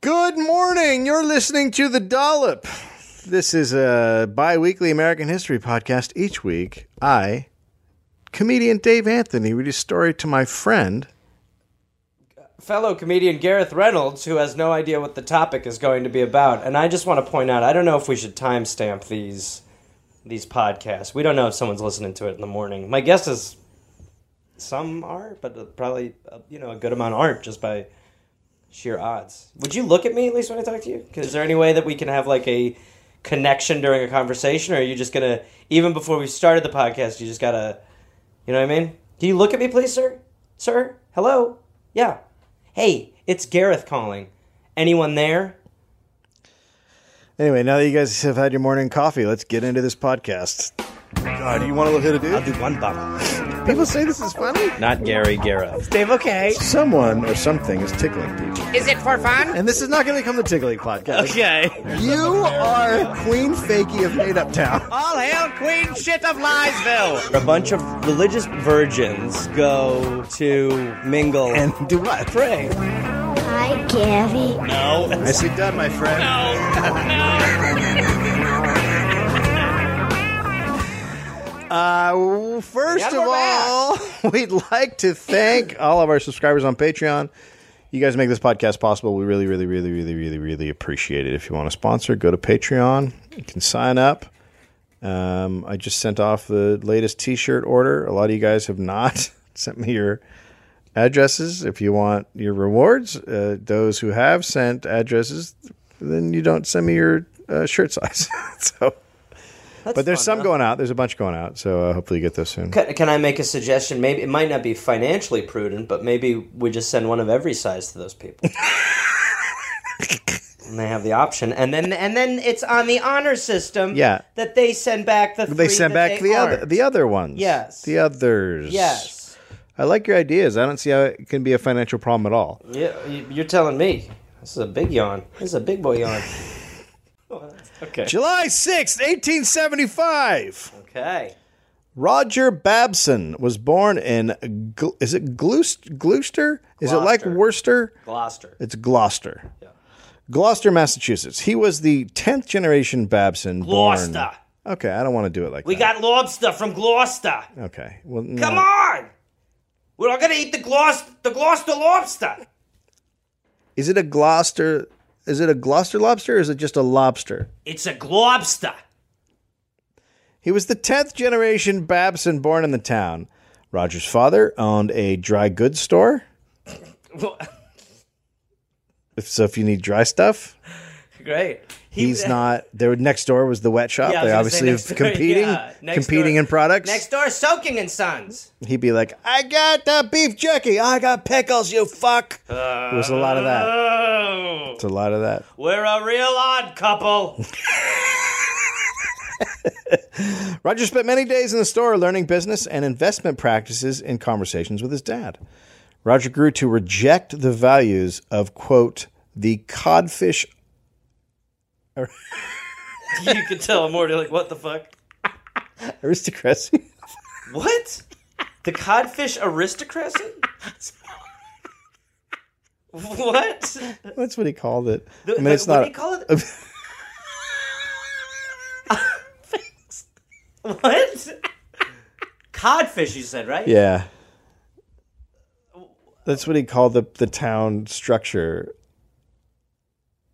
Good morning. You're listening to The Dollop. This is a bi weekly American history podcast. Each week, I, comedian Dave Anthony, read a story to my friend. fellow comedian Gareth Reynolds, who has no idea what the topic is going to be about. And I just want to point out, I don't know if we should timestamp these these podcasts. We don't know if someone's listening to it in the morning. My guess is some are, but probably uh, you know a good amount aren't just by sheer odds. Would you look at me at least when I talk to you? 'Cause Is there any way that we can have like a connection during a conversation, or are you just gonna even before we started the podcast, you just gotta, you know what I mean? Can you look at me, please, sir? Sir, hello, yeah. Hey, it's Gareth calling. Anyone there? Anyway, now that you guys have had your morning coffee, let's get into this podcast. God, do you want to hit a dude? do one bump. People say this is funny. Not Gary Gareth. Dave, okay. Someone or something is tickling people. Is it for fun? And this is not going to become the tickling podcast. Okay. You are Queen Fakey of Made Up Town. All hail Queen Shit of Liesville. A bunch of religious virgins go to mingle And do what? pray. Hi, Gabby. Nicely done, my friend. Uh, first And of we're back. all, we'd like to thank all of our subscribers on Patreon. You guys make this podcast possible. We really, really, really, really, really, really appreciate it. If you want to sponsor, go to Patreon. You can sign up. Um, I just sent off the latest T-shirt order. A lot of you guys have not sent me your addresses. If you want your rewards, uh, those who have sent addresses, then you don't send me your uh, shirt size. so, but there's some going out. There's a bunch going out. So uh, hopefully you get those soon. Can, can I make a suggestion? Maybe it might not be financially prudent, but maybe we just send one of every size to those people. and they have the option, and then and then it's on the honor system. Yeah. That they send back the. They three send that back they the other aren't. the other ones. Yes. the others. Yes. I like your ideas. I don't see how it can be a financial problem at all. Yeah, y- you're telling me. This is a big yawn. This is a big boy yawn. okay. July sixth, eighteen seventy five. Okay. Roger Babson was born in Gl- is it Gloucester? Gloucester? Is it like Gloucester. Worcester? Gloucester. It's Gloucester. Gloucester, Massachusetts. He was the tenth generation Babson. Gloucester. Born. Okay, I don't want to do it like We that. got lobster from Gloucester. okay. Well, no. Come on! We're not gonna eat the Gloucester, the Gloucester lobster. Is it a Gloucester? Is it a Gloucester lobster or is it just a lobster? It's a globster. He was the 10th generation Babson born in the town. Roger's father owned a dry goods store. If, so if you need dry stuff, Great. He- he's not. Their next door was the wet shop. Yeah, I they was obviously gonna have say next door, competing, yeah, next competing door- in products. Next door, is soaking and sons. He'd be like, "I got the beef jerky. I got pickles. You fuck." it was a lot of that. Oh, It's a lot of that. we're a real odd couple. Roger spent many days in the store learning business and investment practices in conversations with his dad. Roger grew to reject the values of, quote, the codfish. you can tell I'm already like, what the fuck? Aristocracy? What? The codfish aristocracy? what? That's what he called it. The- I mean, it's what not. do you call it? what? Codfish, you said, right? Yeah. That's what he called the, the town structure.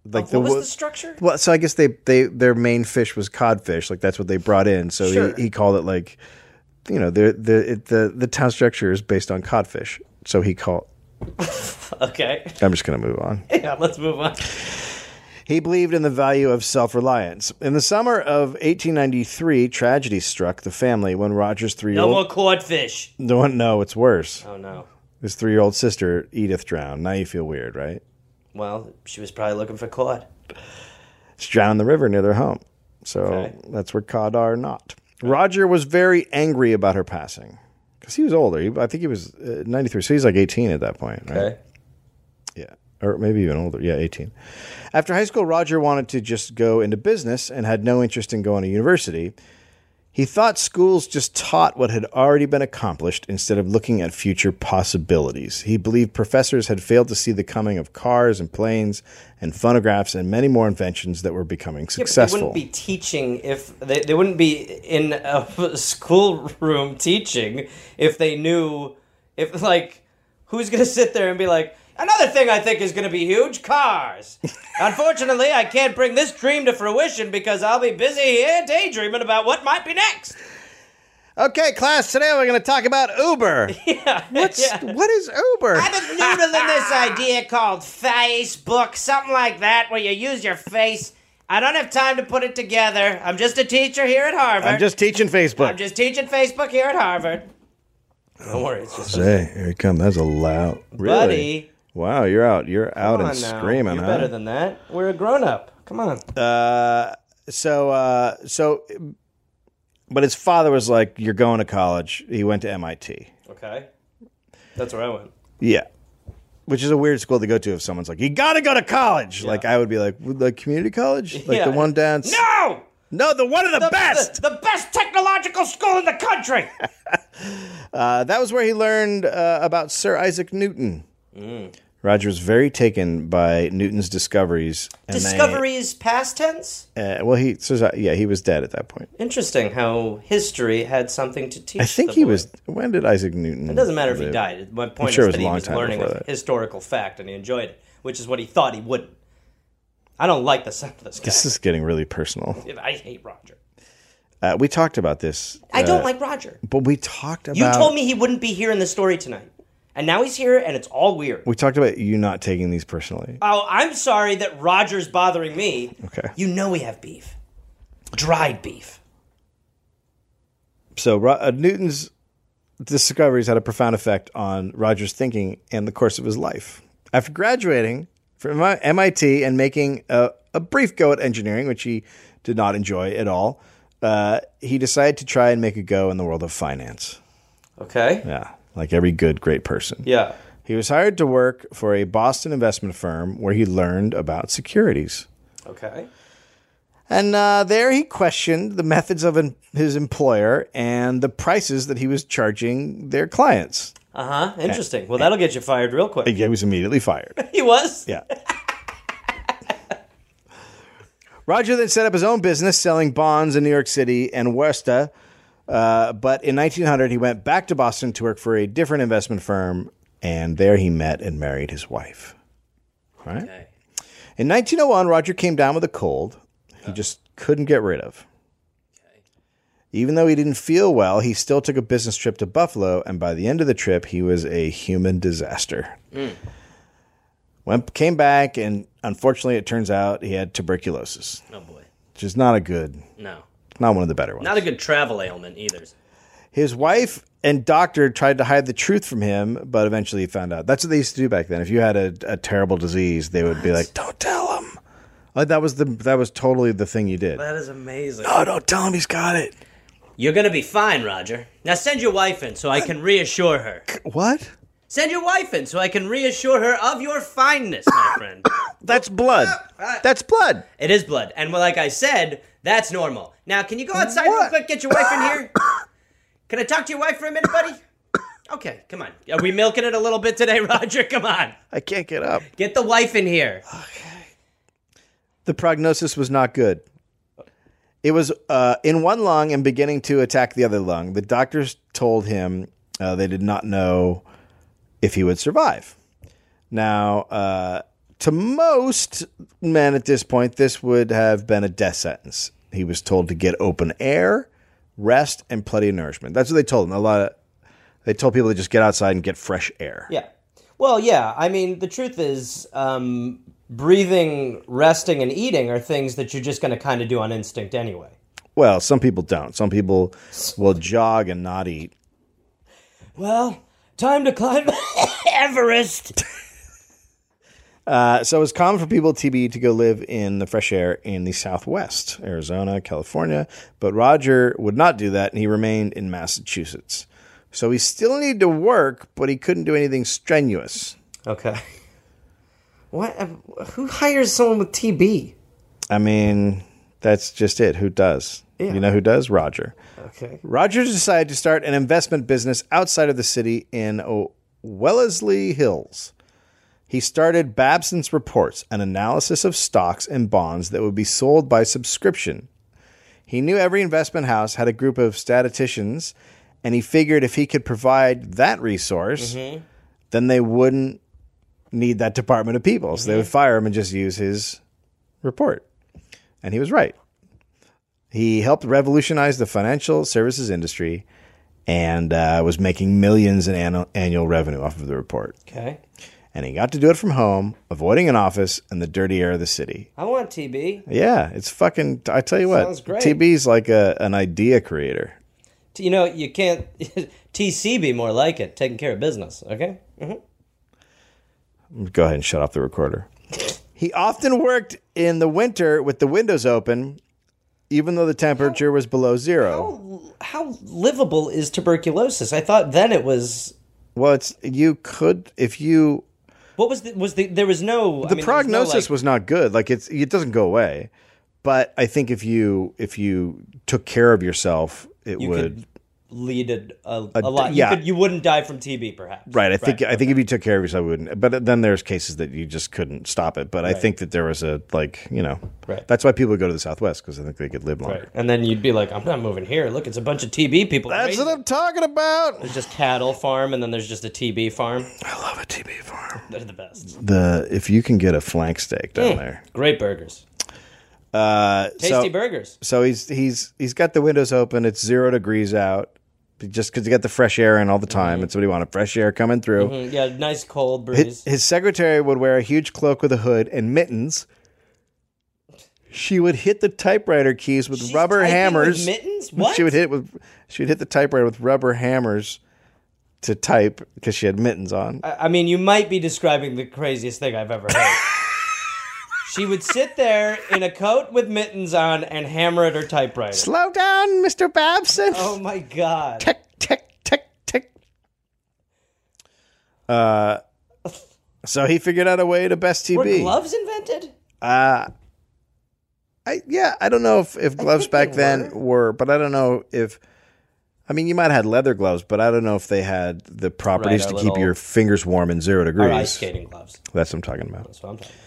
Like What was wo- the structure? Well, so I guess they, they their main fish was codfish, like that's what they brought in. So Sure. he, he called it like, you know, the the it, the the town structure is based on codfish. So he called. Okay. I'm just gonna move on. Yeah, let's move on. He believed in the value of self reliance. In the summer of 1893, tragedy struck the family when Roger's three year No more old codfish. no one no, it's worse. Oh no. His three year old sister Edith drowned. Now you feel weird, right? Well, she was probably looking for cod. It's drowned in the river near their home. So Okay. that's where cod are not. Roger was very angry about her passing because he was older. He, I think he was uh, 93. So he's like 18 at that point, right? Yeah. Or maybe even older. Yeah, 18. After high school, Roger wanted to just go into business and had no interest in going to university. He thought schools just taught what had already been accomplished instead of looking at future possibilities. He believed professors had failed to see the coming of cars and planes and phonographs and many more inventions that were becoming Yeah, but successful. They wouldn't be teaching if they, they wouldn't be in a schoolroom teaching if they knew if like who's gonna sit there and be like another thing I think is gonna be huge cars. Unfortunately, I can't bring this dream to fruition because I'll be busy here daydreaming about what might be next. okay, class, today we're going to talk about Uber. What's, What is Uber? I've been noodling this idea called Facebook, something like that, where you use your face. I don't have time to put it together. I'm just a teacher here at Harvard. I'm just teaching Facebook. I'm just teaching Facebook here at Harvard. Don't worry, it's just Hey, here he comes. That's a loud. Really? buddy. Wow, you're out. You're out Come and on now. screaming, You're huh? better than that. We're a grown up. Come on. so, uh, so, but his father was like, "You're going to college." He went to MIT. okay, that's where I went. Yeah, which is a weird school to go to if someone's like, "You got to go to college." Like I would be like, "The community college, like Yeah. the one down." No, no, the one of the, best. the, the best technological school in the country. Uh, that was where he learned uh, about Sir Isaac Newton. Mm. Roger was very taken by Newton's discoveries. and they- Discoveries past tense. uh, well, he so, yeah, he was dead at that point. Interesting how history had something to teach. I think the he boy. was. When did Isaac Newton? It doesn't matter if he live? died. My point sure it was is that a he long was time learning before a that. historical fact and he enjoyed it, which is what he thought he wouldn't. I don't like the sound of this guy. This is getting really personal. I hate Roger. Uh, we talked about this, I don't like Roger. but we talked about. You told me he wouldn't be here in the story tonight. And now he's here and it's all weird. we talked about you not taking these personally. Oh, I'm sorry that Roger's bothering me. Okay. You know we have beef. Dried beef. So Ro- uh, Newton's discoveries had a profound effect on Roger's thinking and the course of his life. After graduating from M- MIT and making a, a brief go at engineering, which he did not enjoy at all, uh, he decided to try and make a go in the world of finance. Okay. Yeah. Yeah, like every good, great person. He was hired to work for a Boston investment firm where he learned about securities. Okay. And uh, there he questioned the methods of an, his employer and the prices that he was charging their clients. Uh huh. Interesting. Well, that'll get you fired real quick. He was immediately fired. He was? Yeah. Roger then set up his own business selling bonds in New York City and Westa. Uh, but in 1900, he went back to Boston to work for a different investment firm, and there he met and married his wife. All right. Okay. In 1901, Roger came down with a cold he just couldn't get rid of. Even though he didn't feel well, he still took a business trip to Buffalo, and by the end of the trip, he was a human disaster. Went, came back, and unfortunately, it turns out he had tuberculosis, Oh boy. which is not a good, No. not one of the better ones. Not a good travel ailment either. His wife and doctor tried to hide the truth from him, but eventually he found out. That's what they used to do back then. If you had a, a terrible disease, they would be like, "Don't tell him." Like that was the that was totally the thing you did. That is amazing. Oh, don't tell him he's got it. You're gonna be fine, Roger. Now send your wife in so I can reassure her. What? Send your wife in so I can reassure her of your fineness, my friend. That's blood. That's blood. It is blood. And well, like I said, that's normal. Now, can you go outside What? real quick, get your wife in here? Can I talk to your wife for a minute, buddy? Okay, come on. Are we milking it a little bit today, Roger? Come on. I can't get up. Get the wife in here. The prognosis was not good. It was uh, in one lung and beginning to attack the other lung. The doctors told him uh, they did not know if he would survive. Now, uh, to most men at this point, this would have been a death sentence. He was told to get open air, rest, and plenty of nourishment. That's what they told him. A lot of they told people to just get outside and get fresh air. Yeah. Well, yeah. I mean, the truth is, um, breathing, resting, and eating are things that you're just going to kind of do on instinct anyway. Well, some people don't. Some people will jog and not eat. Well, time to climb Everest. Uh, so it's common for people with TB to go live in the fresh air in the Southwest, Arizona, California. But Roger would not do that, and he remained in Massachusetts. So he still needed to work, but he couldn't do anything strenuous. Okay. What? Who hires someone with TB? I mean, That's just it. Who does? You know who does? Roger. Okay. Rogers decided to start an investment business outside of the city in O- Wellesley Hills. He started Babson's Reports, an analysis of stocks and bonds that would be sold by subscription. He knew every investment house had a group of statisticians, and he figured if he could provide that resource, then they wouldn't need that department of people. So they would fire him and just use his report. And he was right. He helped revolutionize the financial services industry and uh, was making millions in annu- annual revenue off of the report. Okay. And he got to do it from home, avoiding an office and the dirty air of the city. I want TB. Yeah, it's fucking. I tell you what, Sounds great. TB's like a, an idea creator. T- You know, you can't. TCB more like it, taking care of business, okay? Go ahead and shut off the recorder. He often worked in the winter with the windows open, even though the temperature was below zero. How livable is tuberculosis? I thought then it was. Well, it's you could if you What was the. Was the there was no. the prognosis was not good. Like it's it doesn't go away, but I think if you if you took care of yourself, it You would. could lead a, a, a lot. yeah. You, could, you wouldn't die from TB, perhaps. Right, I think I think if you took care of yourself, it wouldn't. But then there's cases that you just couldn't stop it. But I think that there was a like, you know, Right. that's why people go to the Southwest because I think they could live longer. Right. And then you'd be like, I'm not moving here. Look, it's a bunch of TB people. That's Right? what I'm talking about. There's just cattle farm, and then there's just a TB farm. I love a TB farm. They're the best. The if you can get a flank steak down Mm. there, Great burgers. uh, Tasty so, burgers. So he's he's he's got the windows open. It's zero degrees out, just because you got the fresh air in all the time. Mm-hmm. It's what he wanted: fresh air coming through. Mm, Yeah, nice cold His, breeze. his secretary would wear a huge cloak with a hood and mittens. She would hit the typewriter keys with She's rubber typing with hammers. mittens? What? She would hit with she would hit the typewriter with rubber hammers to type because she had mittens on. I I mean, you might be describing the craziest thing I've ever heard. she would sit there in a coat with mittens on and hammer at her typewriter. Slow down, Mr. Babson. Oh my god. Tick tick tick tick. Uh, so he figured out a way to best TB. Were gloves invented? Uh, I yeah, I don't know if, if gloves think they back then were. but I don't know if I mean you might have had leather gloves, but I don't know if they had the properties our to keep little- your fingers warm in zero Or ice degrees. skating gloves. That's what I'm talking about. That's what I'm talking about.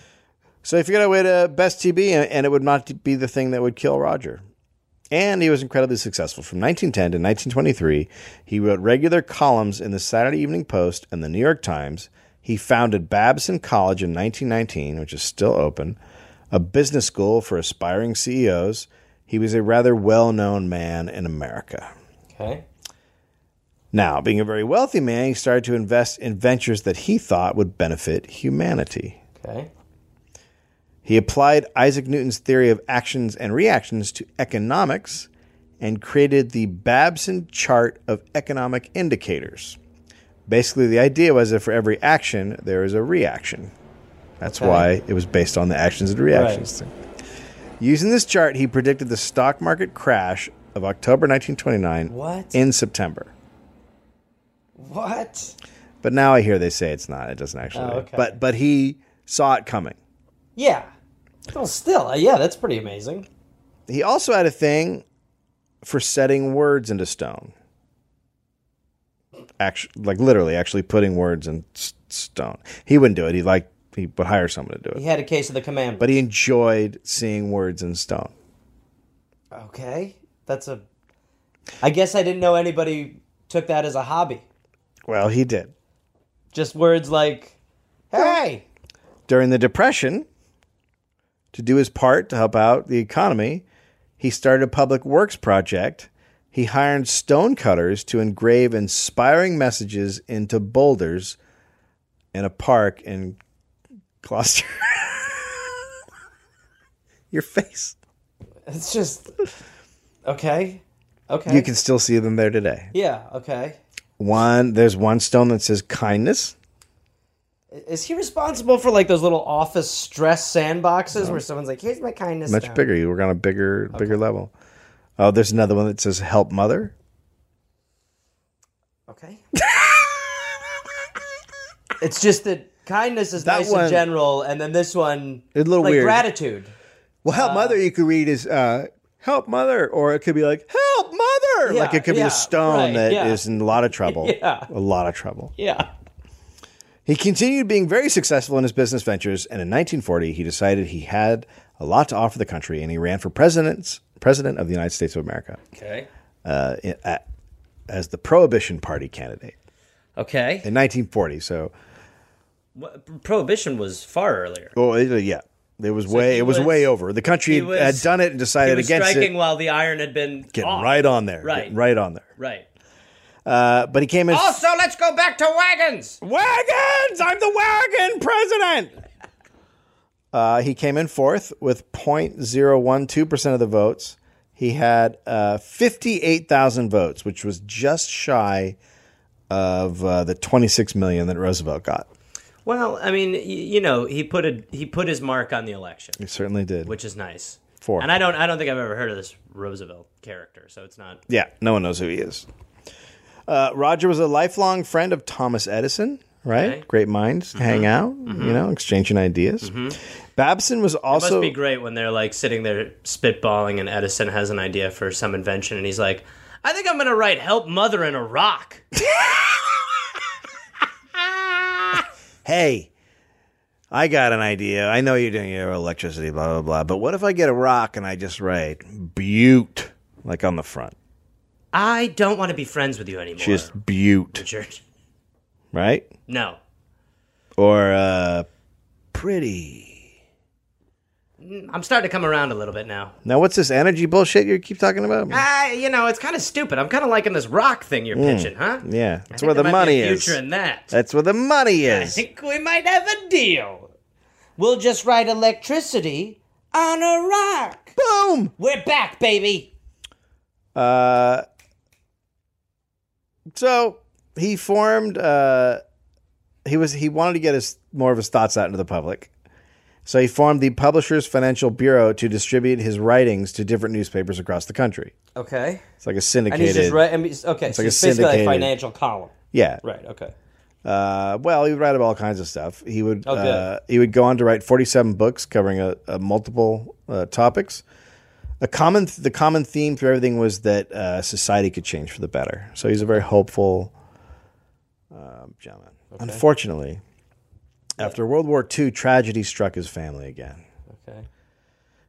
So he figured out a way to best TB, and, and it would not be the thing that would kill Roger. And he was incredibly successful. From 1910 to 1923, he wrote regular columns in the Saturday Evening Post and the New York Times. He founded Babson College in 1919, which is still open, a business school for aspiring CEOs. He was a rather well known man in America. Okay. Now, being a very wealthy man, he started to invest in ventures that he thought would benefit humanity. Okay. He applied Isaac Newton's theory of actions and reactions to economics and created the Babson chart of economic indicators. Basically, the idea was that for every action, there is a reaction. That's Okay. why it was based on the actions and reactions thing. Using this chart, he predicted the stock market crash of October 1929 What? in September. What? But now I hear they say it's not. It doesn't actually. Oh, okay. But but he saw it coming. Yeah. Well, still, uh, yeah, that's pretty amazing. He also had a thing for setting words into stone. Actually, like literally, actually putting words in s- stone. He wouldn't do it. He like he would hire someone to do He it. had a case of the command. But he enjoyed seeing words in stone. okay, that's a. I guess I didn't know anybody took that as a hobby. Well, he did. Just words like, "Hey, During the Depression, to do his part to help out the economy, he started a public works project. He hired stonecutters to engrave inspiring messages into boulders in a park in Gloucester. Your face. it's just okay, okay." You can still see them there today. yeah, okay. One, there's one stone that says kindness. Is he responsible for like those little office stress sandboxes where someone's like, "Here's my kindness." Much now." bigger. You were on a bigger, bigger level. Oh, there's another one that says help mother. Okay. it's just that kindness is That nice one- in general, and then this one, A little like weird. gratitude. Well, help mother you could read is uh, help mother, or it could be like help mother. like it could be yeah, a stone right, that is yeah. in a lot of trouble. Yeah. A lot of trouble. Yeah. He continued being very successful in his business ventures, and in 1940, he decided he had a lot to offer the country, and he ran for president, president of the United States of America Okay. uh, in- at- as the Prohibition Party candidate Okay. in 1940. So, What- Prohibition was far earlier. well, it- uh, yeah, it was way he it was, was- way over. The country he was- had done it and He decided was against striking it. while the iron had been Getting off. right on there, Right. getting right on there. Right. Uh, but he came in Also, let's go back to wagons. wagons. I'm the wagon president. Uh, he came in fourth with 0.012 percent of the votes. He had uh, 58,000 votes, which was just shy of uh, the 26 million that Roosevelt got. Well, I mean, y- you know, he put a he put his mark on the election, He certainly did. which is nice. Four. And I don't I don't think I've ever heard of this Roosevelt character, so it's not. Yeah, no one knows who he is. Uh, Roger was a lifelong friend of Thomas Edison, right? Okay. Mm-hmm. Great minds to hang out, you know, exchanging ideas. Babson was It Mm-hmm. must also be great when they're like sitting there spitballing, and Edison has an idea for some invention, and he's like, "I think I'm gonna write help mother in a rock." hey, I got an idea. I know you're doing your electricity, blah, blah, blah. But what if I get a rock and I just write Butte, like on the front? I don't want to be friends with you anymore, Just Butte, Richard. right? No, Or uh, pretty. I'm starting to come around a little bit now. Now, what's this energy bullshit you keep talking about? I, you know, it's kind of stupid. I'm kind of liking this rock thing you're pitching, huh? yeah, Mm. that's I think where the there might be money a is. Future in that. That's where the money I is. think we might have a deal. We'll just write electricity on a rock. Boom! We're back, baby. Uh, so he formed. Uh, he was he wanted to get his more of his thoughts out into the public, so he formed the Publishers Financial Bureau to distribute his writings to different newspapers across the country. Okay. It's like And a he's syndicated. just right. I mean, he's- okay. so like a it's basically like syndicated- financial column. Yeah. Right. Okay. Uh, well, he would write about all kinds of stuff. He would Oh, good. uh, he would go on to write forty seven books covering a, a multiple uh, topics. A common the common theme through everything was that uh, society could change for the better. So he's a very hopeful uh, gentleman. Unfortunately, after World War II, tragedy struck his family again. Okay.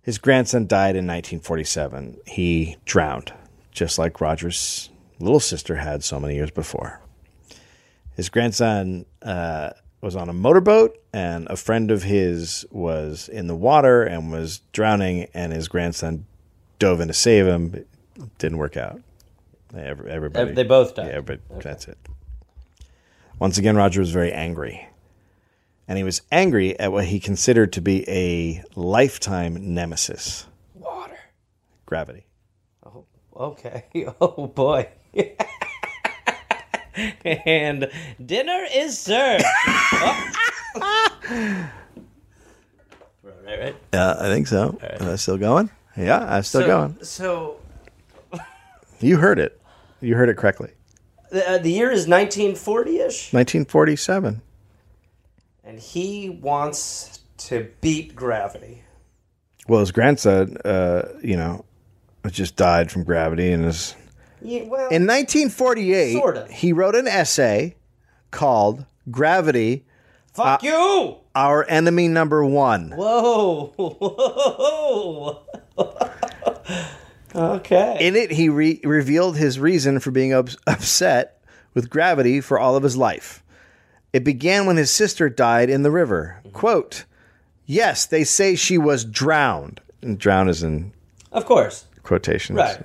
His grandson died in 1947. He drowned, just like Roger's little sister had so many years before. His grandson uh, was on a motorboat, and a friend of his was in the water and was drowning, and his grandson dove in to save him. It didn't work out. Every, everybody, Ev- they both died. Yeah, but that's it. Once again, Roger was very angry and he was angry at what he considered to be a lifetime nemesis Water. gravity. Okay. Oh boy. and dinner is served. right, right. Uh, I think so. Uh, still going? Yeah, I'm still going. So, You heard it. You heard it correctly. The, uh, the year is 1940-ish, 1947. and he wants to beat gravity. Well, his grandson, uh, you know, just died from gravity, and his. Yeah, well, In 1948, Sorta. he wrote an essay called "Gravity: uh, fuck you! Our Enemy Number One." Whoa! Whoa! okay. In it, he re- revealed his reason for being ups upset with gravity for all of his life. It began when his sister died in the river. Quote, Yes, they say she was drowned. And drown is in of course. quotations. Right.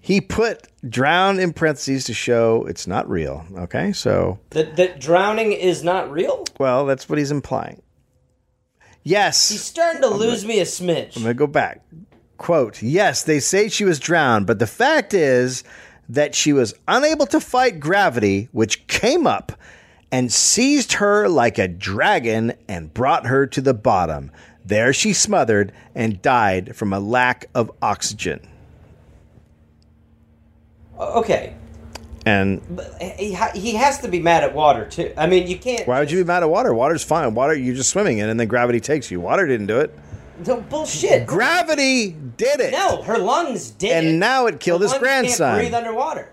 He put drown in parentheses to show it's not real. Okay, so, That, that drowning is not real? well, that's what he's implying. Yes. He's starting to lose me a smidge. I'm going to go back. Quote, yes, they say she was drowned, but the fact is that she was unable to fight gravity, which came up and seized her like a dragon and brought her to the bottom. There she smothered and died from a lack of oxygen. Okay. And He, ha- he has to be mad at water too. I mean, you can't. why would you be mad at water? Water's fine. Water, you're just swimming in, and then gravity takes you. Water didn't do it. No bullshit. Gravity did it. No, her lungs did. And it. now it killed Her his lungs grandson. Can't breathe underwater.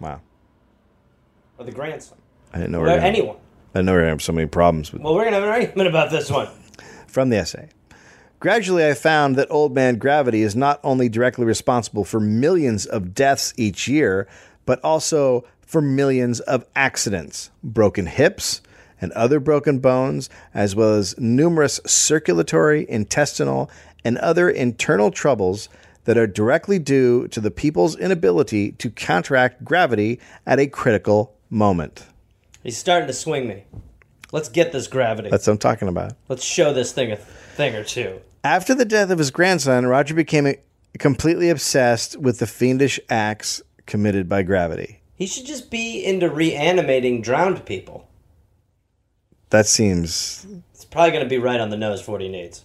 Wow. Or the grandson. I didn't know Or we were gonna- anyone. I didn't know we were gonna have so many problems with Well, we're gonna have an argument about this one. from the essay. Gradually, I found that old man gravity is not only directly responsible for millions of deaths each year, but also for millions of accidents, broken hips, and other broken bones, as well as numerous circulatory, intestinal, and other internal troubles that are directly due to the people's inability to counteract gravity at a critical moment. He's starting to swing me. Let's get this gravity. That's what I'm talking about. Let's show this thing a thing or two. After the death of his grandson, Roger became completely obsessed with the fiendish acts committed by gravity. He should just be into reanimating drowned people. That seems. It's probably gonna be right on the nose for what he needs.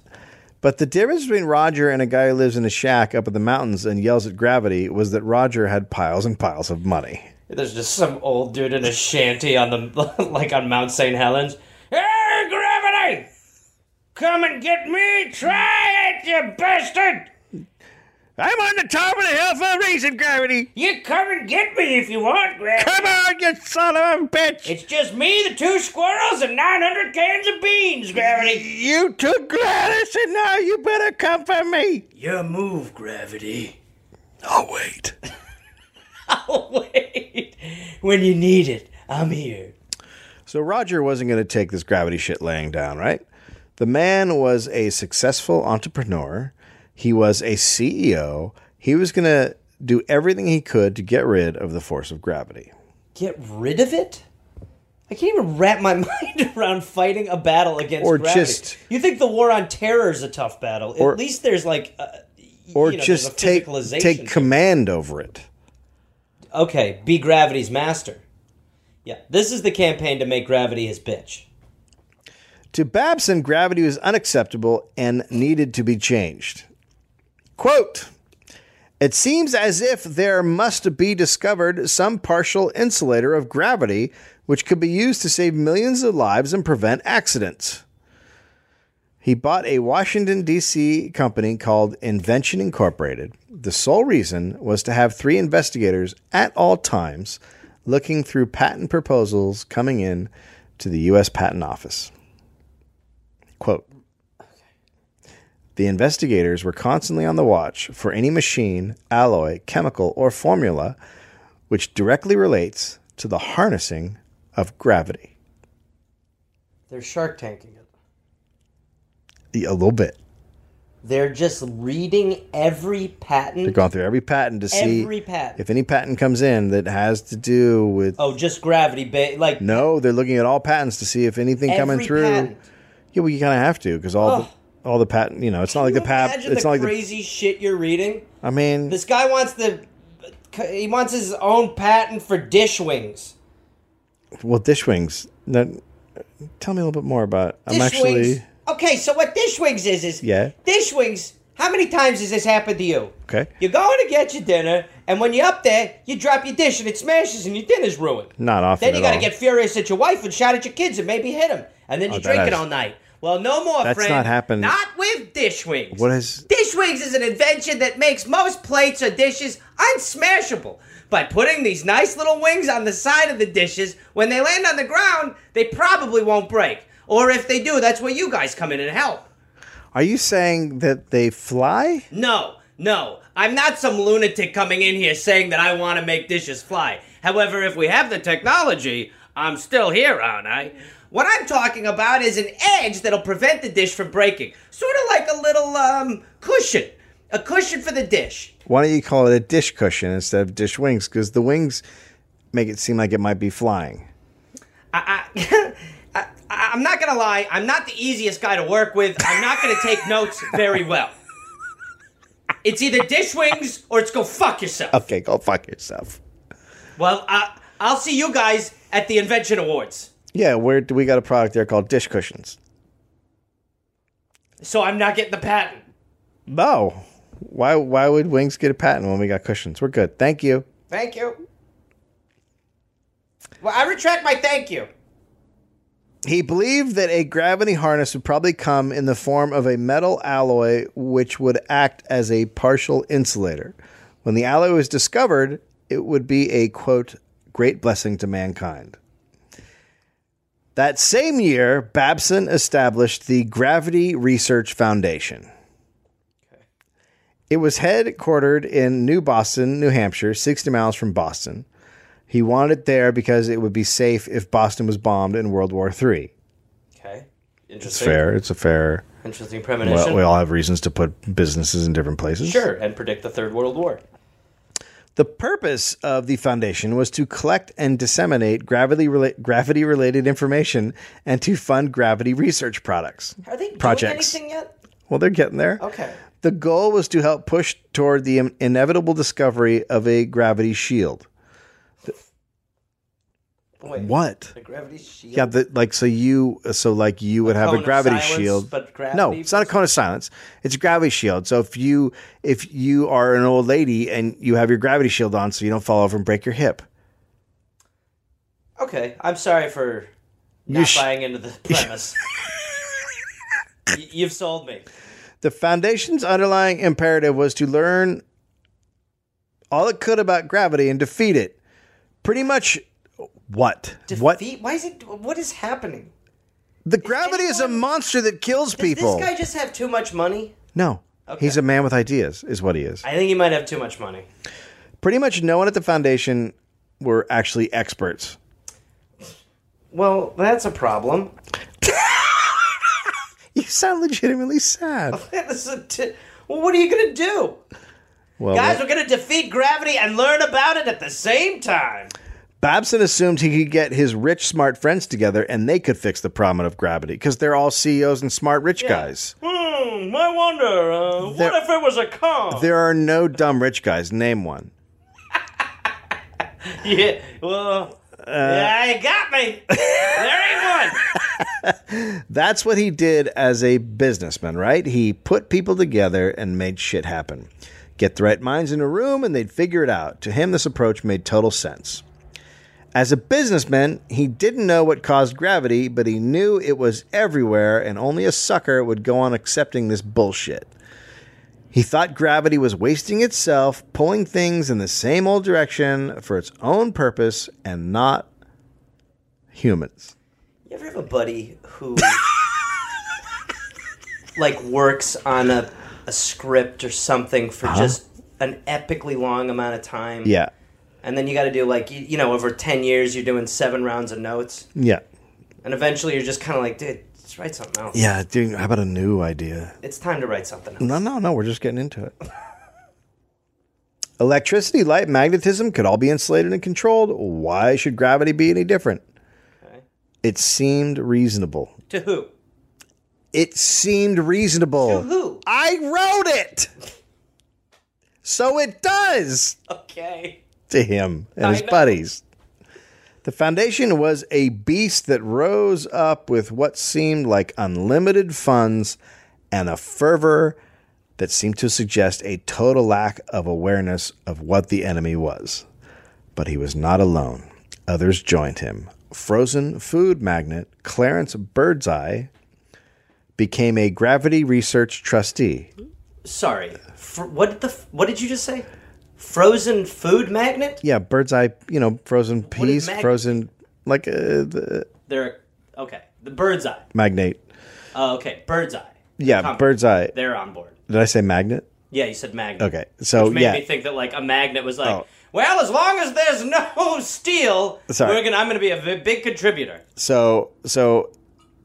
But the difference between Roger and a guy who lives in a shack up in the mountains and yells at gravity was that Roger had piles and piles of money. There's just some old dude in a shanty on the like on Mount St. Helens. Hey, gravity! Come and get me! Try it, you bastard! I'm on the top of the hill for a reason, gravity. You come and get me if you want, Gravity. Come on, you son of a bitch! It's just me, the two squirrels, and 900 cans of beans, Gravity. you took Gladys, and now you better come for me. Your move, gravity. Oh wait. Oh, wait. When you need it, I'm here. So Roger wasn't going to take this gravity shit laying down, right? The man was a successful entrepreneur. He was a CEO. He was going to do everything he could to get rid of the force of gravity. Get rid of it? I can't even wrap my mind around fighting a battle against Or gravity. just- you think the war on terror is a tough battle? Or- At least there's like, a, Or you know, there's a just take physicalization to take it. command over it. okay, be gravity's master. Yeah, this is the campaign to make gravity his bitch. To Babson, gravity was unacceptable and needed to be changed. Quote It seems as if there must be discovered some partial insulator of gravity which could be used to save millions of lives and prevent accidents. He bought a Washington, D.C. company called Invention Incorporated. The sole reason was to have three investigators at all times looking through patent proposals coming in to the U.S. Patent Office. Quote The investigators were constantly on the watch for any machine, alloy, chemical, or formula which directly relates to the harnessing of gravity. They're shark tanking it. A little bit. They're just reading every They've patent. gone through every patent to see Every patent. if any patent comes in that has to do with. oh, just gravity, ba- like No, they're looking at all patents to see if anything coming Every through. patent. Yeah, well, you kind of have to because all Ugh. the all the patent. You know, it's not like the patent. Imagine It's the not like crazy shit you're reading. the. I mean, This guy wants the. He wants his own patent for dish wings. well, dish wings. Now, tell me a little bit more about. Dish I'm actually. wings. Okay, so what dish wings is is Yeah. Dish wings. How many times has this happened to you? Okay. You're going to get your dinner, and when you're up there, you drop your dish and it smashes, and your dinner's ruined. Not often. Then you at got to all. Oh, get furious at your wife and shout at your kids and maybe hit them, and then you that drink has- it all night. Well, no more, That's friend. not happened. Not with dish wings. What is- dish wings? Is an invention that makes most plates or dishes unsmashable by putting these nice little wings on the side of the dishes. When they land on the ground, they probably won't break. Or if they do, that's where you guys come in and help. Are you saying that they fly? No, no. I'm not some lunatic coming in here saying that I want to make dishes fly. However, if we have the technology, I'm still here, aren't I? What I'm talking about is an edge that'll prevent the dish from breaking. Sort of like a little, um, cushion. A cushion for the dish. Why don't you call it a dish cushion instead of dish wings? Because the wings make it seem like it might be flying. I, I, I, I'm not gonna lie. I'm not the easiest guy to work with. I'm not gonna take notes very well. It's either dish wings or it's go fuck yourself. Okay, go fuck yourself. Well, I, I'll see you guys at the Invention Awards. Yeah, where we got a product there called dish cushions. So I'm not getting the patent. No, why? Why would wings get a patent when we got cushions? We're good. Thank you. Thank you. Well, I retract my thank you. He believed that a gravity harness would probably come in the form of a metal alloy, which would act as a partial insulator. When the alloy was discovered, it would be a quote, great blessing to mankind. That same year, Babson established the Gravity Research Foundation. It was headquartered in New Boston, New Hampshire, 60 miles from Boston. He wanted it there because it would be safe if Boston was bombed in World War III. Okay. It's Interesting. fair. It's a fair. Interesting Well, premonition. we all have reasons to put businesses in different places. sure, and predict the Third World War. The purpose of the foundation was to collect and disseminate gravity rela- gravity related information and to fund gravity research products. Are they doing Projects. anything yet? Well, they're getting there. Okay. The goal was to help push toward the in- inevitable discovery of a gravity shield. Wait, What? The gravity shield. Yeah, the, like so you so like you would have cone a of gravity silence, shield. but gravity no, it's not a cone of silence. It's a gravity shield. So if you if you are an old lady and you have your gravity shield on, so you don't fall over and break your hip. Okay, I'm sorry for You not sh- buying into the premise. Y- You've sold me. The foundation's underlying imperative was to learn all it could about gravity and defeat it. Pretty much what? What? Defeat? Why is it? What is happening? The gravity is a monster that kills Does people. this guy just have too much money? no. He's a man with ideas, is what he is. I think he might have too much money. Pretty much no one at the foundation were actually experts. Well, that's a problem. You sound legitimately sad. this is a t- well, what are you gonna do, Well, guys? well, We're gonna defeat gravity and learn about it at the same time. Babson assumed he could get his rich, smart friends together and they could fix the problem of gravity because they're all CEOs and smart, rich guys. Hmm. I wonder. Uh, There- what if it was a con? There are no dumb rich guys. Name one. yeah. Well. Uh, yeah, you got me. there ain't one. That's what he did as a businessman, right? He put people together and made shit happen. Get the right minds in a room and they'd figure it out. To him, this approach made total sense. As a businessman, he didn't know what caused gravity, but he knew it was everywhere and only a sucker would go on accepting this bullshit. He thought gravity was wasting itself, pulling things in the same old direction for its own purpose and not humans. You ever have a buddy who like works on a, a script or something for just an epically long amount of time? Uh-huh. Yeah. And then you got to do like you, you know over 10 years you're doing seven rounds of notes Yeah. and eventually you're just kind of like dude, let's write something else. Yeah, dude, how about a new idea? It's time to write something else. No, no, no, we're just getting into it. Electricity, light, magnetism could all be insulated and controlled. Why should gravity be any different? Okay. It seemed reasonable. To who? It seemed reasonable. Who? I wrote it! So it does! Okay. to him and his know. buddies. The foundation was a beast that rose up with what seemed like unlimited funds and a fervor that seemed to suggest a total lack of awareness of what the enemy was. But he was not alone. Others joined him. Frozen food magnate Clarence Birdseye became a gravity research trustee. Sorry. Fr- what did the f- what did you just say? Frozen food magnet? Yeah, Birdseye, you know, frozen peas, mag- frozen like uh, the They're okay. The bird's eye. magnate. Uh, Oh, okay, bird's eye. Yeah, Come. bird's eye. They're on board. Did I say magnet? Yeah, you said magnet. Okay, so Which made yeah, me think that like a magnet was like, Oh. well, as long as there's no steel, Sorry. we're gonna I'm gonna be a v- big contributor. so so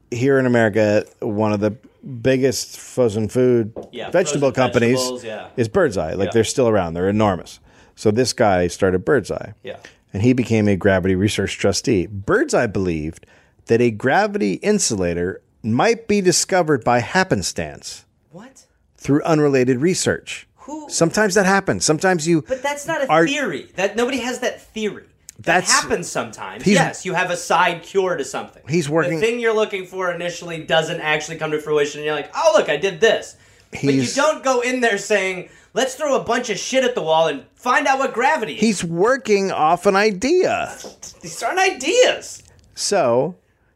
here in America, one of the biggest frozen food Yeah, vegetable frozen companies vegetables, yeah. is Birdseye. Like they're still around; they're enormous. So this guy started Birdseye. Yeah. and he became a gravity research trustee. Birdseye believed that a gravity insulator might be discovered by happenstance What? through unrelated research. Who- Sometimes that happens. Sometimes you. But that's not a Are- theory. That nobody has that theory. That That's- happens sometimes. He's- Yes, you have a side cure to something. He's working- The thing you're looking for initially doesn't actually come to fruition. And you're like, oh look, I did this. But you He's- don't go in there saying, let's throw a bunch of shit at the wall and find out what gravity is. He's working off an idea. These aren't ideas. So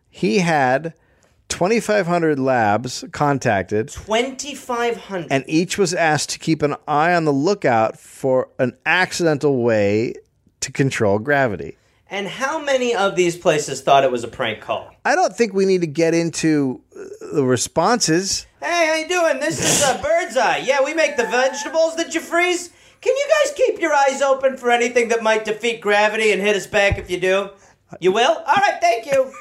he had 2,500 labs contacted, 2,500. and each was asked to keep an eye on the lookout for an accidental way to control gravity. and how many of these places thought it was a prank call? I don't think we need to get into uh, the responses. Hey, how you doing? This is a bird's eye. Yeah, we make the vegetables that you freeze. Can you guys keep your eyes open for anything that might defeat gravity and hit us back if you do? You will? All right, thank you.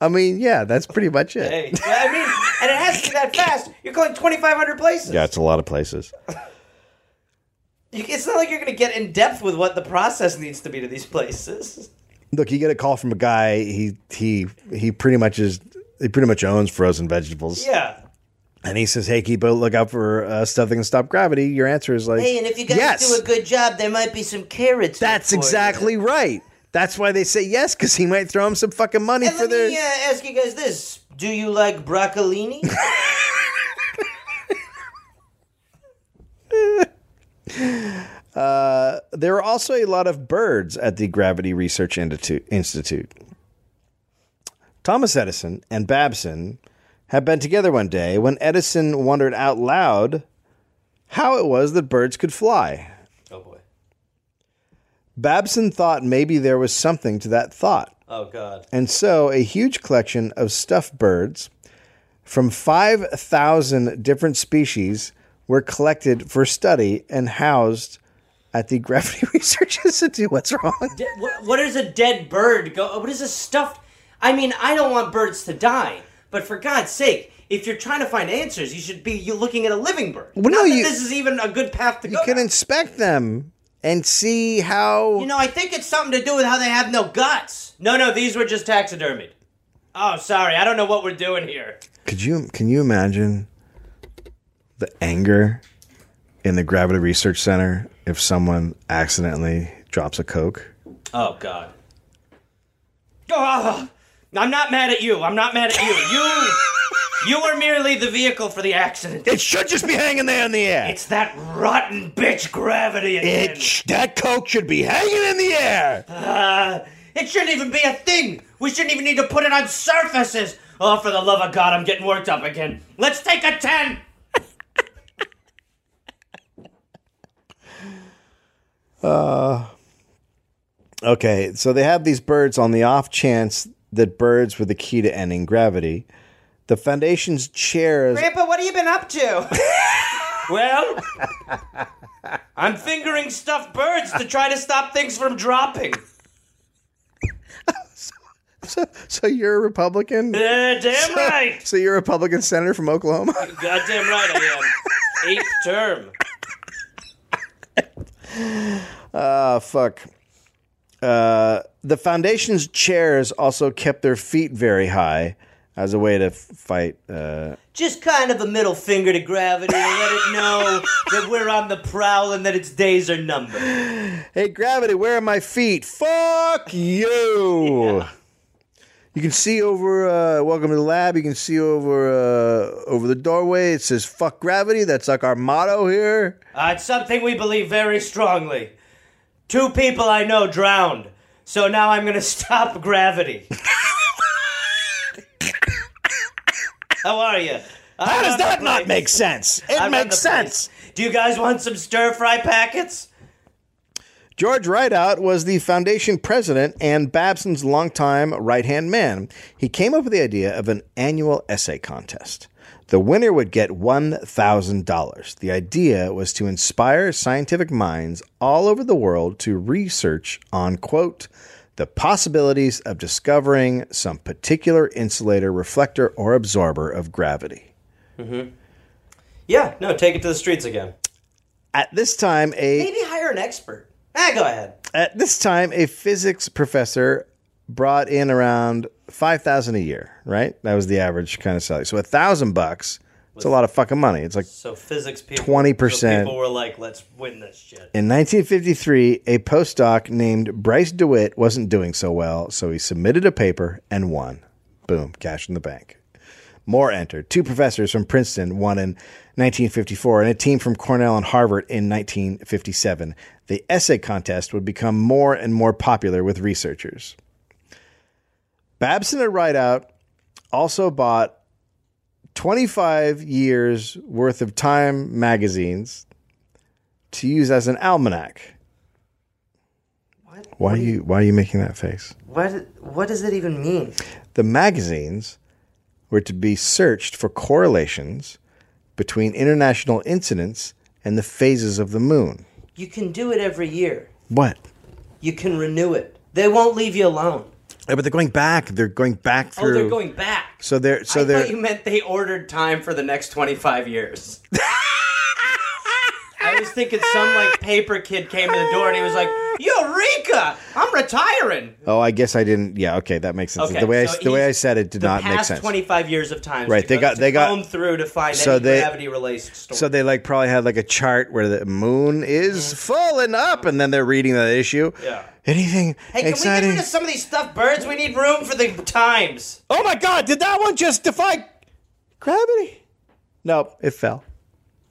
I mean, yeah, that's pretty much it. Hey, yeah, I mean, and it has to be that fast. You're calling 2,500 places. Yeah, it's a lot of places. You- It's not like you're going to get in depth with what the process needs to be to these places. Look, you get a call from a guy. He he he pretty much is. He pretty much owns frozen vegetables. Yeah. And he says, "Hey, keep a lookout for uh, stuff that can stop gravity." Your answer is like, Hey, and if you guys yes, do a good job, there might be some carrots. that's exactly right." That's why they say yes, because he might throw him some fucking money And for let their. me uh, ask you guys this: Do you like broccolini? There were also a lot of birds at the Gravity Research Institute. Institute. Thomas Edison and Babson had been together one day when Edison wondered out loud how it was that birds could fly. oh boy. Babson thought maybe there was something to that thought. Oh god. And so a huge collection of stuffed birds from 5,000 different species were collected for study and housed at the Gravity Research Institute. What's wrong? De- wh- what is a dead bird go? What is a stuffed? I mean, I don't want birds to die, but for God's sake, if you're trying to find answers, you should be you looking at a living bird. Well, no, Not that you- this is even a good path to You go. can down. inspect them and see how. You know, I think it's something to do with how they have no guts. No, no, these were just taxidermied. Oh, sorry, I don't know what we're doing here. Could you can you imagine the anger in the Gravity Research Center if someone accidentally drops a coke? Oh God. Oh, I'm not mad at you. I'm not mad at you. You, you were merely the vehicle for the accident. It should just be hanging there in the air. It's that rotten bitch gravity again. that coke should be hanging in the air. Uh, it shouldn't even be a thing. We shouldn't even need to put it on surfaces. Oh, for the love of God, I'm getting worked up again. Let's take a ten. Okay, so they have these birds on the off chance that birds were the key to ending gravity. The foundation's chairs. Grandpa, what have you been up to? well, I'm fingering stuffed birds to try to stop things from dropping. So you're a Republican? Yeah, Uh, damn right. So you're a Republican senator from Oklahoma? Goddamn right I am. Eighth term. Ah, fuck. Uh, the foundation's chairs also kept their feet very high as a way to f- fight. Uh, Just kind of a middle finger to gravity and let it know that we're on the prowl and that its days are numbered. hey, gravity, where are my feet? Fuck you! You can see over. Uh, welcome to the lab. You can see over uh, over the doorway. It says "fuck gravity." That's like our motto here. Uh, it's something we believe very strongly. Two people I know drowned, so now I'm gonna stop gravity. How are you? How does that not make sense? It makes sense. Do you guys want some stir fry packets? George Rideout was the foundation president and Babson's longtime right hand man. He came up with the idea of an annual essay contest. The winner would get $1,000. The idea was to inspire scientific minds all over the world to research on, quote, the possibilities of discovering some particular insulator, reflector, or absorber of gravity. Yeah, no, take it to the streets again. At this time, a. Maybe hire an expert. Ah, go ahead. At this time, a physics professor brought in around five thousand a year. Right, that was the average kind of salary. So a thousand bucks, it's a lot of fucking money. It's like So physics people, 20%. so people were like, "Let's win this shit." in 1953, a postdoc named Bryce DeWitt wasn't doing so well, so he submitted a paper and won. Boom, cash in the bank. More entered. Two professors from Princeton, one in 1954, and a team from Cornell and Harvard in 1957. The essay contest would become more and more popular with researchers. Babson at Rideout also bought 25 years worth of Time magazines to use as an almanac. Why are you why are you making that face? What what does it even mean? The magazines were to be searched for correlations between international incidents and the phases of the moon. You can do it every year. What? You can renew it. They won't leave you alone. Yeah, but they're going back. They're going back through. Oh, they're going back. so they're so I they're thought you meant they ordered time for the next 25 years. I was thinking some like paper kid came to the door and he was like, "Eureka! I'm retiring." Oh, I guess I didn't. Yeah, okay, that makes sense. Okay, the way so I the way I he's- said it did The not make past sense. 25 years of time. Right, they got- they got- comb through to find so any they- gravity related story. So they like probably had like a chart where the moon is falling up, and then they're reading the issue. Yeah. Anything hey, can exciting? we get rid of some of these stuffed birds? We need room for the times. oh my God! Did that one just defy gravity? Nope, it fell.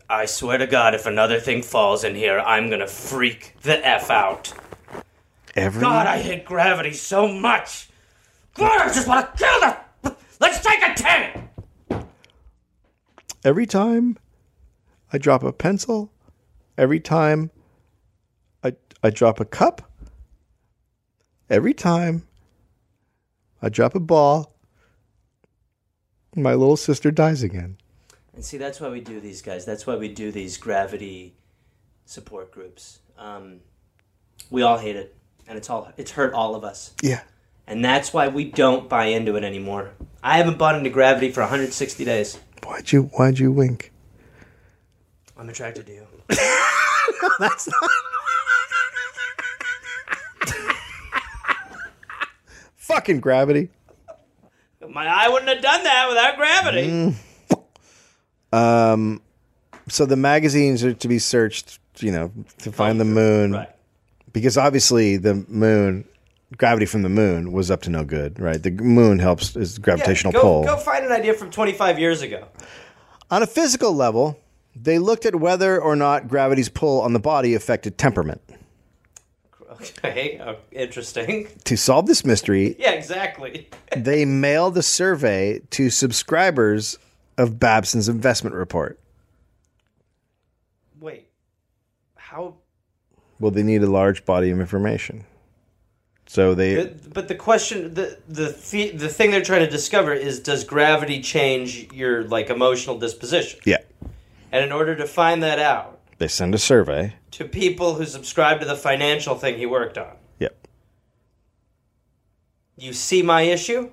I swear to God, if another thing falls in here, I'm gonna freak the f out. Every God, I hate gravity so much. God, I just want to kill the. Let's take a ten. every time I drop a pencil, every time I I drop a cup, every time I drop a ball, my little sister dies again. And see, that's why we do these guys. That's why we do these gravity support groups. Um, we all hate it, and it's all it's hurt all of us. Yeah. And that's why we don't buy into it anymore. I haven't bought into gravity for 160 days. Why'd you Why'd you wink? I'm attracted to you. Fucking gravity. My I wouldn't have done that without gravity. So the magazines are to be searched, you know, to find the moon, because obviously the moon. Gravity from the moon was up to no good, right? The moon helps is gravitational go, pull. Go find an idea from 25 years ago. On a physical level, they looked at whether or not gravity's pull on the body affected temperament. Okay, oh, interesting. To solve this mystery, Yeah, exactly. they mailed the survey to subscribers of Babson's investment report. Wait, how? Well, they need a large body of information. So they But but the question, the the the, the thing they're trying to discover is, does gravity change your like emotional disposition? yeah, And in order to find that out, they send a survey. to people who subscribe to the financial thing he worked on, Yep. you see my issue.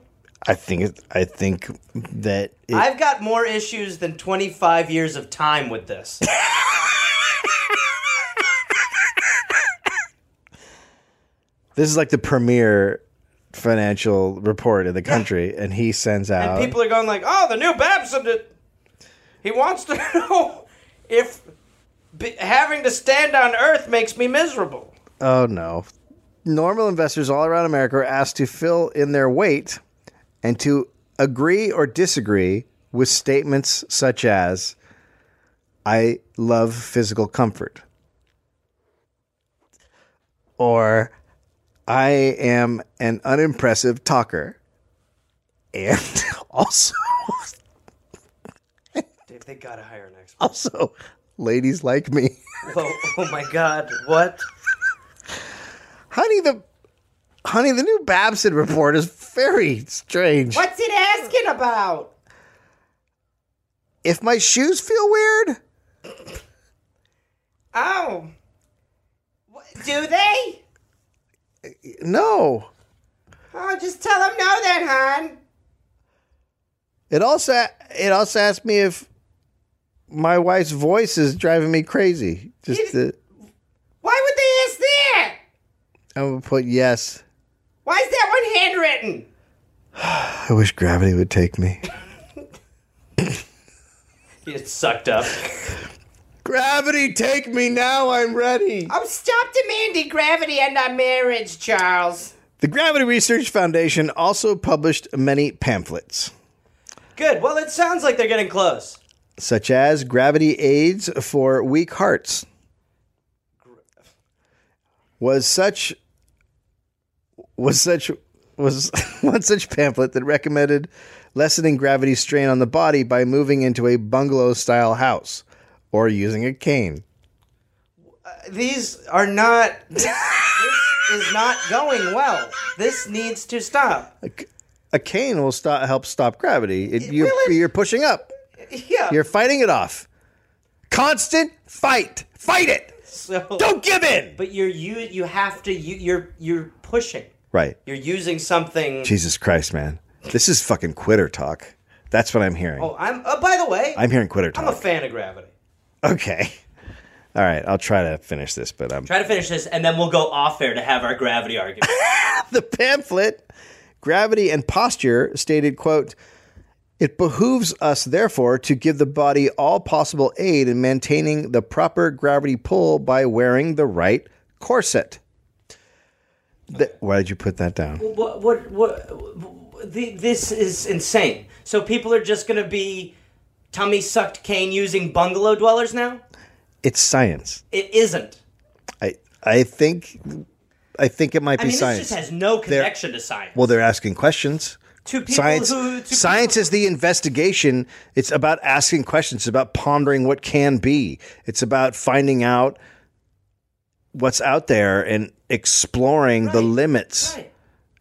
I think it, I think that it, I've got more issues than 25 years of time with this. this is like the premier financial report in the country and he sends out People are going like, "Oh, the new Babson did." He wants to know if b- having to stand on Earth makes me miserable. Oh no. Normal investors all around America are asked to fill in their weight and to agree or disagree with statements such as I love physical comfort or I am an unimpressive talker and also Dave, they gotta hire an expert. also ladies like me. Oh, oh my God, what? Honey the Honey, the new Babson report is very strange. What's it asking about? if my shoes feel weird, Oh, Wh- do they? no. Oh, just tell them no, then, hon. It also it also asked me if my wife's voice is driving me crazy. Just to, Why would they ask that? I would put yes. Why is that one handwritten? I wish gravity would take me. It's sucked up. gravity, take me now. I'm ready. Oh, stop demanding gravity and our marriage, Charles. The Gravity Research Foundation also published many pamphlets. Good. Well, it sounds like they're getting close. such as gravity aids for weak hearts. Was such was such was one such pamphlet that recommended lessening gravity strain on the body by moving into a bungalow style house or using a cane. These are not. This is not going well. This needs to stop. A, c- a cane will stop help stop gravity. It, you're, will it? you're pushing up. Yeah. You're fighting it off. Constant fight. Fight it. so, Don't give in. But you're you you have to you, you're you're pushing. Right. You're using something. Jesus Christ, man. This is fucking quitter talk. That's what I'm hearing. Oh, I'm. Uh, by the way, I'm hearing quitter I'm a talk. fan of gravity. okay. All right, I'll try to finish this, but um, I'm Try to finish this, and then we'll go off air to have our gravity argument. the pamphlet Gravity and Posture stated, quote, it behooves us, therefore, to give the body all possible aid in maintaining the proper gravity pull by wearing the right corset. Th- why did you put that down? what, what, what, the, this is insane. So people are just gonna be tummy sucked cane using bungalow dwellers now? It's science. It isn't. I I think I think it might I be mean, science. this just has no connection to science. Well, they're asking questions. To people science, who- to science is the investigation. It's about asking questions. It's about pondering what can be. It's about finding out what's out there and exploring the Right. limits Right.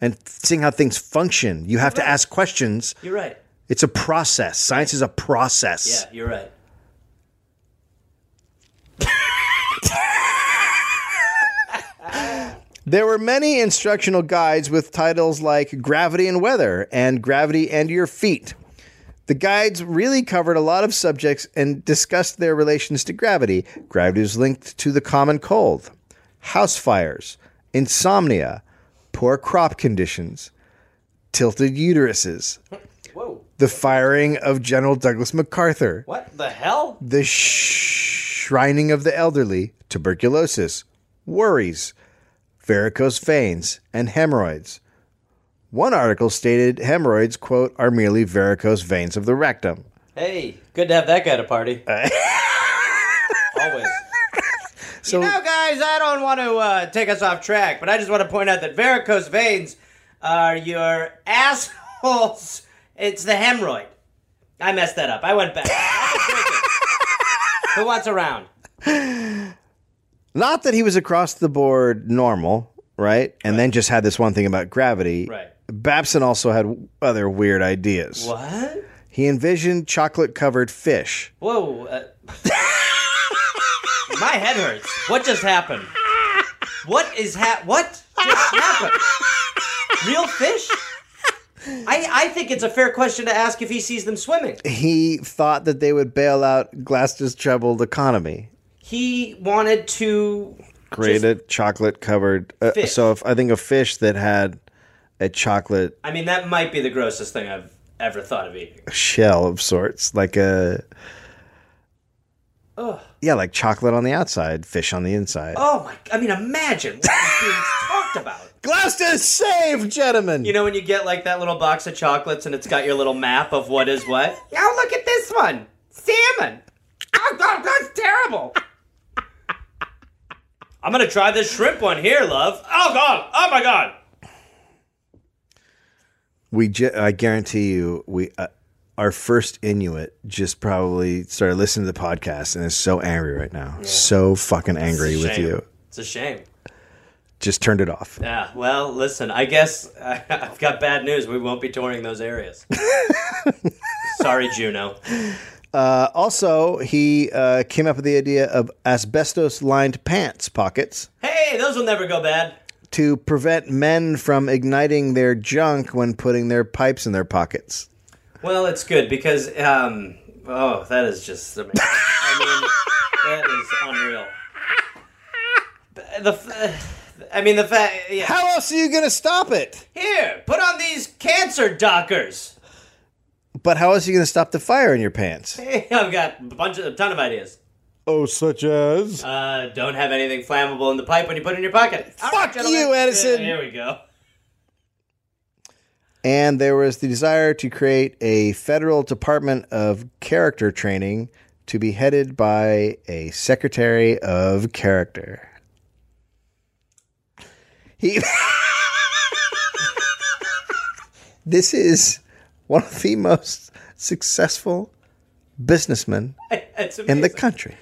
and seeing how things function. You have to ask questions. You're right. It's a process. Science is a process. Yeah, you're right. There were many instructional guides with titles like Gravity and Weather and Gravity and Your Feet. The guides really covered a lot of subjects and discussed their relations to gravity. Gravity was linked to the common cold, house fires, insomnia, poor crop conditions, tilted uteruses, Whoa. the firing of General Douglas MacArthur, What the hell? the sh- shrining of the elderly, tuberculosis, worries, varicose veins, and hemorrhoids. One article stated hemorrhoids, quote, are merely varicose veins of the rectum. Hey, good to have that guy at a party. Always. So, You know, guys, I don't want to uh, take us off track, but I just want to point out that varicose veins are your assholes. It's the hemorrhoid. I messed that up. I went back. I was drinking. Who wants a round? not that he was across the board normal, right? And then just had this one thing about gravity. Right. Babson also had other weird ideas. What? He envisioned chocolate covered fish. Whoa. Uh, my head hurts. What just happened? What is ha- What just happened? Real fish? I, I think it's a fair question to ask if he sees them swimming. He thought that they would bail out Gloucester's troubled economy. He wanted to created chocolate covered. Uh, Fish. so if I think a fish that had a chocolate I mean, that might be the grossest thing I've ever thought of eating. shell of sorts, like a yeah, like chocolate on the outside, fish on the inside. Oh my! I mean, imagine what is being talked about. Gloucester saved, gentlemen. You know when you get like that little box of chocolates and it's got your little map of what is what. Now look at this one, salmon. Oh, God, that's terrible. I'm gonna try this shrimp one here, love. Oh God! Oh my God! we ju- I guarantee you, we uh, our first Inuit just probably started listening to the podcast and is so angry right now, so fucking angry with Shame. you. It's a shame. Just turned it off. Yeah. Well, listen. I guess I, I've got bad news. We won't be touring those areas. Sorry, Juno. Uh, Also, he uh, came up with the idea of asbestos lined pants pockets. Hey, those will never go bad. to prevent men from igniting their junk when putting their pipes in their pockets. Well, it's good because um, oh, that is just amazing. I mean, that is unreal. The, f- I mean, the fact. Yeah. How else are you going to stop it? Here, put on these cancer dockers. But how else are you going to stop the fire in your pants? I've got a bunch of a ton of ideas. Oh, such as Uh, don't have anything flammable in the pipe when you put it in your pocket. All Fuck you, gentlemen. Edison. Yeah, Here we go. and there was the desire to create a federal department of character training to be headed by a secretary of character. He. this is one of the most successful businessmen It's amazing. in the country.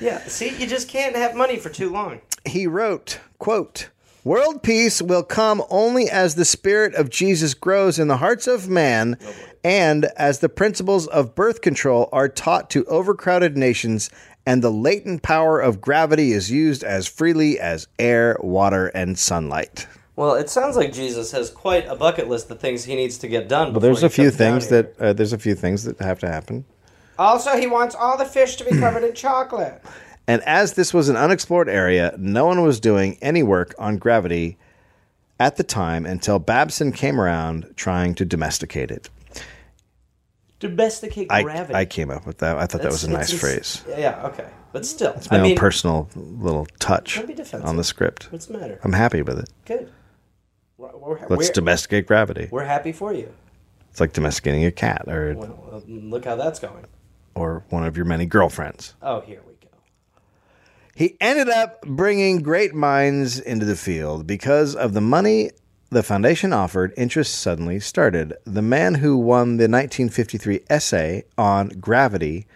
Yeah, see, you just can't have money for too long. he wrote, quote, World peace will come only as the spirit of Jesus grows in the hearts of man and as the principles of birth control are taught to overcrowded nations and the latent power of gravity is used as freely as air, water, and sunlight. Well, it sounds like Jesus has quite a bucket list of things he needs to get done. But There's a few things that uh, there's a few things that have to happen. Also, he wants all the fish to be covered in chocolate. And as this was an unexplored area, no one was doing any work on gravity at the time until Babson came around trying to domesticate it. Domesticate I, gravity. I came up with that. I thought that was a nice It's- it's- phrase. Yeah, yeah, okay. But still, it's My I own mean, personal little touch be defensive. on the script. what's the matter? I'm happy with it. Good. We're, we're, Let's we're, domesticate gravity. we're happy for you. It's like domesticating a cat or Well, um, look how that's going. or one of your many girlfriends. Oh, here we go. He ended up bringing great minds into the field because of the money the foundation offered. Interest suddenly started. The man who won the 1953 essay on gravity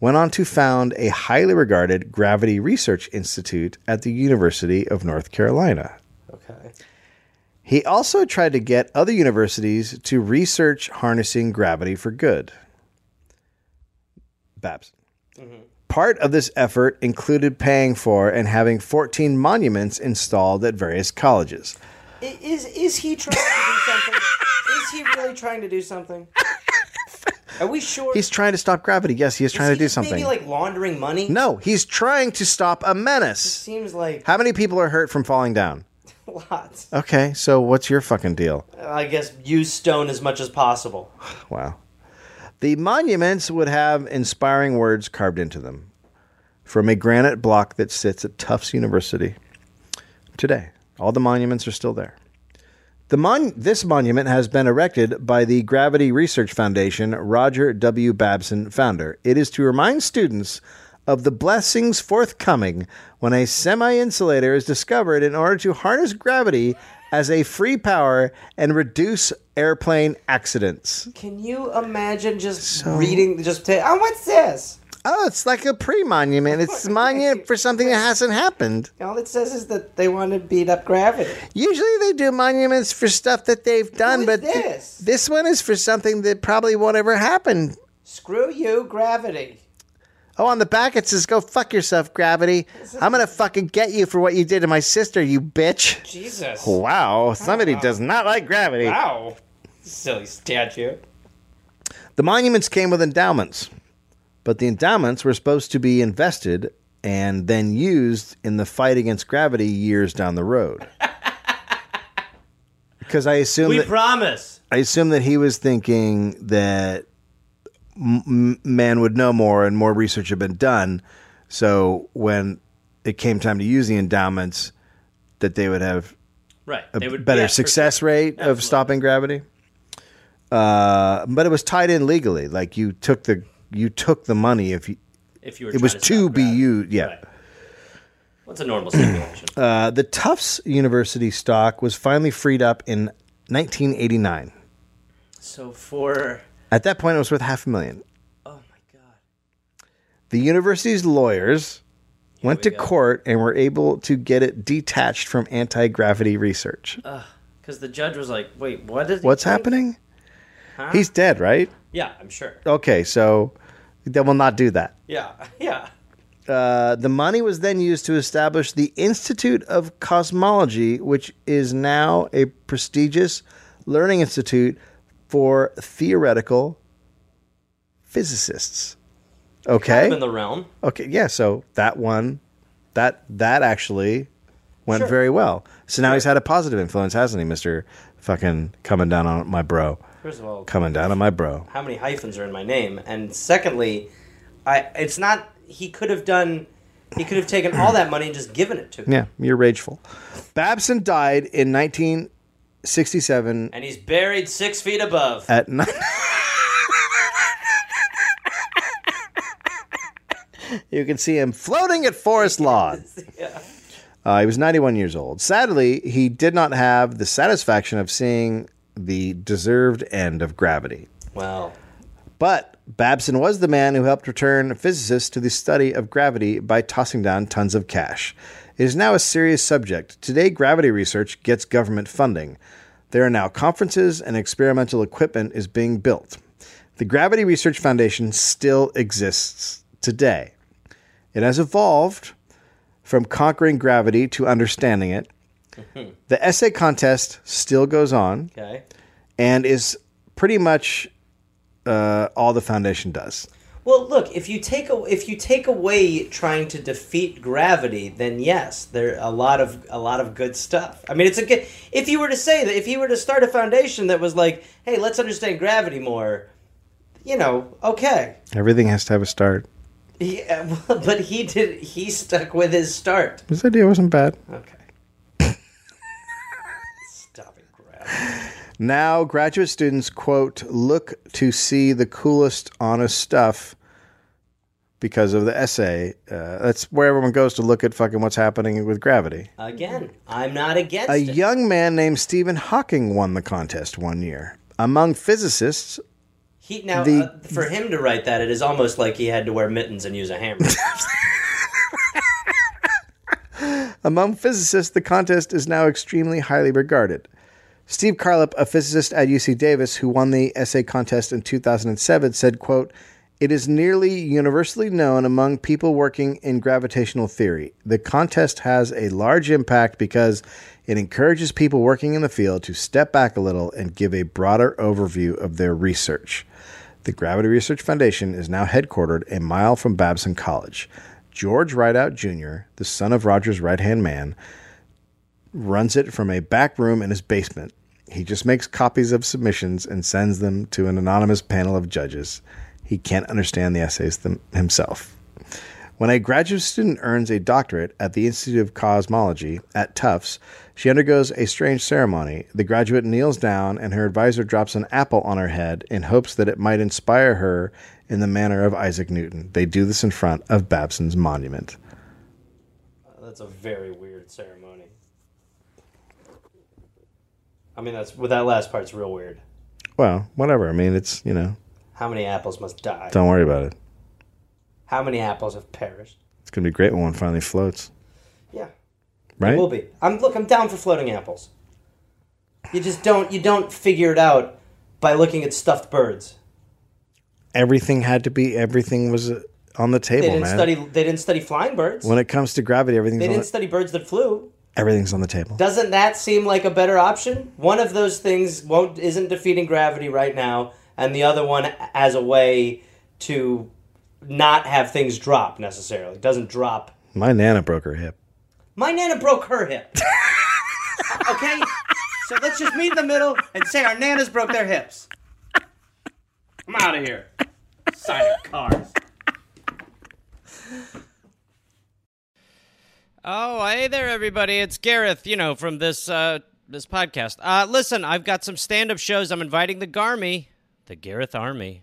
went on to found a highly regarded gravity research institute at the University of North Carolina. Okay. He also tried to get other universities to research harnessing gravity for good. Babs. Mm-hmm. Part of this effort included paying for and having 14 monuments installed at various colleges. I- Is is he trying to do something? is he really trying to do something? Are we sure? He's trying to stop gravity. Yes, he is Is trying to he do just something. Maybe like laundering money. no, he's trying to stop a menace. seems like How many people are hurt from falling down? lots. Okay, so what's your fucking deal? I guess use stone as much as possible. Wow. The monuments would have inspiring words carved into them from a granite block that sits at Tufts University today. All the monuments are still there. The mon- this monument has been erected by the Gravity Research Foundation, Roger W. Babson, founder. It is to remind students of the blessings forthcoming when a semi insulator is discovered in order to harness gravity as a free power and reduce airplane accidents. Can you imagine just reading? Just ta- oh, what's this? Oh, it's like a pre monument. It's a monument for something that hasn't happened. All it says is that they want to beat up gravity. Usually they do monuments for stuff that they've done, is but th- this? this one is for something that probably won't ever happen. Screw you, gravity. Oh, on the back it says, go fuck yourself, gravity. I'm going to fucking get you for what you did to my sister, you bitch. Jesus. Wow, somebody does not like gravity. Wow. Silly statue. The monuments came with endowments, but the endowments were supposed to be invested and then used in the fight against gravity years down the road. Because I assume We that, promise. I assume that he was thinking that m- m- man would know more and more research had been done. So when it came time to use the endowments, that they would have Right. a They would better yeah, for success rate of stopping gravity. Uh, but it was tied in legally. Like you took the you took the money if you, sure, If you were it was trying to stop be gravity. used. Yeah. Right. What's a normal simulation? Uh, the Tufts University stock was finally freed up in 1989. so for At that point, it was worth half a million. oh my god. The university's lawyers went to court and were able to get it detached from anti gravity research. Because the judge was like, "Wait, what did?" What's happening? happening? He's dead, right? Yeah, I'm sure. Okay, so they will not do that. Yeah. Yeah. Uh, the money was then used to establish the Institute of Cosmology, which is now a prestigious learning institute for theoretical physicists. Okay. I'm in the realm. Okay, yeah. So that one, that that actually went very well. So now he's had a positive influence, hasn't he, Mister? Fucking coming down on my bro, First of all, coming down on my bro. how many hyphens are in my name? And secondly, I it's not he could have done he could have taken all that money and just given it to me. Yeah, you're rageful. Babson died in 19 67 and he's buried six feet above. at nine. you can see him floating at Forest Lawn. Uh, he was 91 years old. Sadly, he did not have the satisfaction of seeing the deserved end of gravity. Wow. But Babson was the man who helped return physicists to the study of gravity by tossing down tons of cash. It is now a serious subject. Today, gravity research gets government funding. There are now conferences and experimental equipment is being built. The Gravity Research Foundation still exists today. It has evolved from conquering gravity to understanding it. The essay contest still goes on Okay. and is pretty much uh, all the foundation does. Well, look, if you take a, if you take away trying to defeat gravity, then yes, there a lot of a lot of good stuff. I mean, it's a good if you were to say that if you were to start a foundation that was like, hey, let's understand gravity more, you know, okay. Everything has to have a start. Yeah, well, but he did he stuck with his start. This idea wasn't bad. Okay. Stop it, gravity. Now, graduate students, quote, look to see the coolest, honest stuff because of the essay. Uh, that's where everyone goes to look at fucking what's happening with gravity. Again, I'm not against A it. young man named Stephen Hawking won the contest one year. Among physicists, He now The- uh, for him to write that, it is almost like he had to wear mittens and use a hammer. Uh, Among physicists, the contest is now extremely highly regarded. Steve Carlip, a physicist at UC Davis who won the essay contest in 2007, said, quote, It is nearly universally known among people working in gravitational theory. The contest has a large impact because it encourages people working in the field to step back a little and give a broader overview of their research. The Gravity Research Foundation is now headquartered a mile from Babson College. George Rideout Jr., the son of Roger's right hand man, runs it from a back room in his basement. He just makes copies of submissions and sends them to an anonymous panel of judges. He can't understand the essays them- himself. When a graduate student earns a doctorate at the Institute of Cosmology at Tufts, she undergoes a strange ceremony. The graduate kneels down, and her advisor drops an apple on her head in hopes that it might inspire her in the manner of Isaac Newton. They do this in front of Babson's monument. that's a very weird ceremony. I mean, that's well, that last part's real weird. Well, whatever. I mean, it's, you know, How many apples must die? don't worry about it. How many apples have perished? It's gonna be great when one finally floats, Yeah, right? will be. I'm look. I'm down for floating apples. You just don't. You don't figure it out by looking at stuffed birds. Everything had to be. Everything was uh, on the They table, didn't man. study. They didn't study flying birds. when it comes to gravity, everything's they on didn't the, study birds that flew. everything's on the table. Doesn't that seem like a better option? One of those things won't isn't defeating gravity right now, and the other one as a way to not have things drop necessarily. Doesn't drop. My nana broke her hip. My nana broke her hip. okay, so let's just meet in the middle and say our nanas broke their hips. I'm out of here. Sign of cars. Oh, hey there, everybody. It's Gareth, you know, from this uh, this podcast. Uh, listen, I've got some stand up shows I'm inviting the Garmy, the Gareth Army,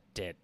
it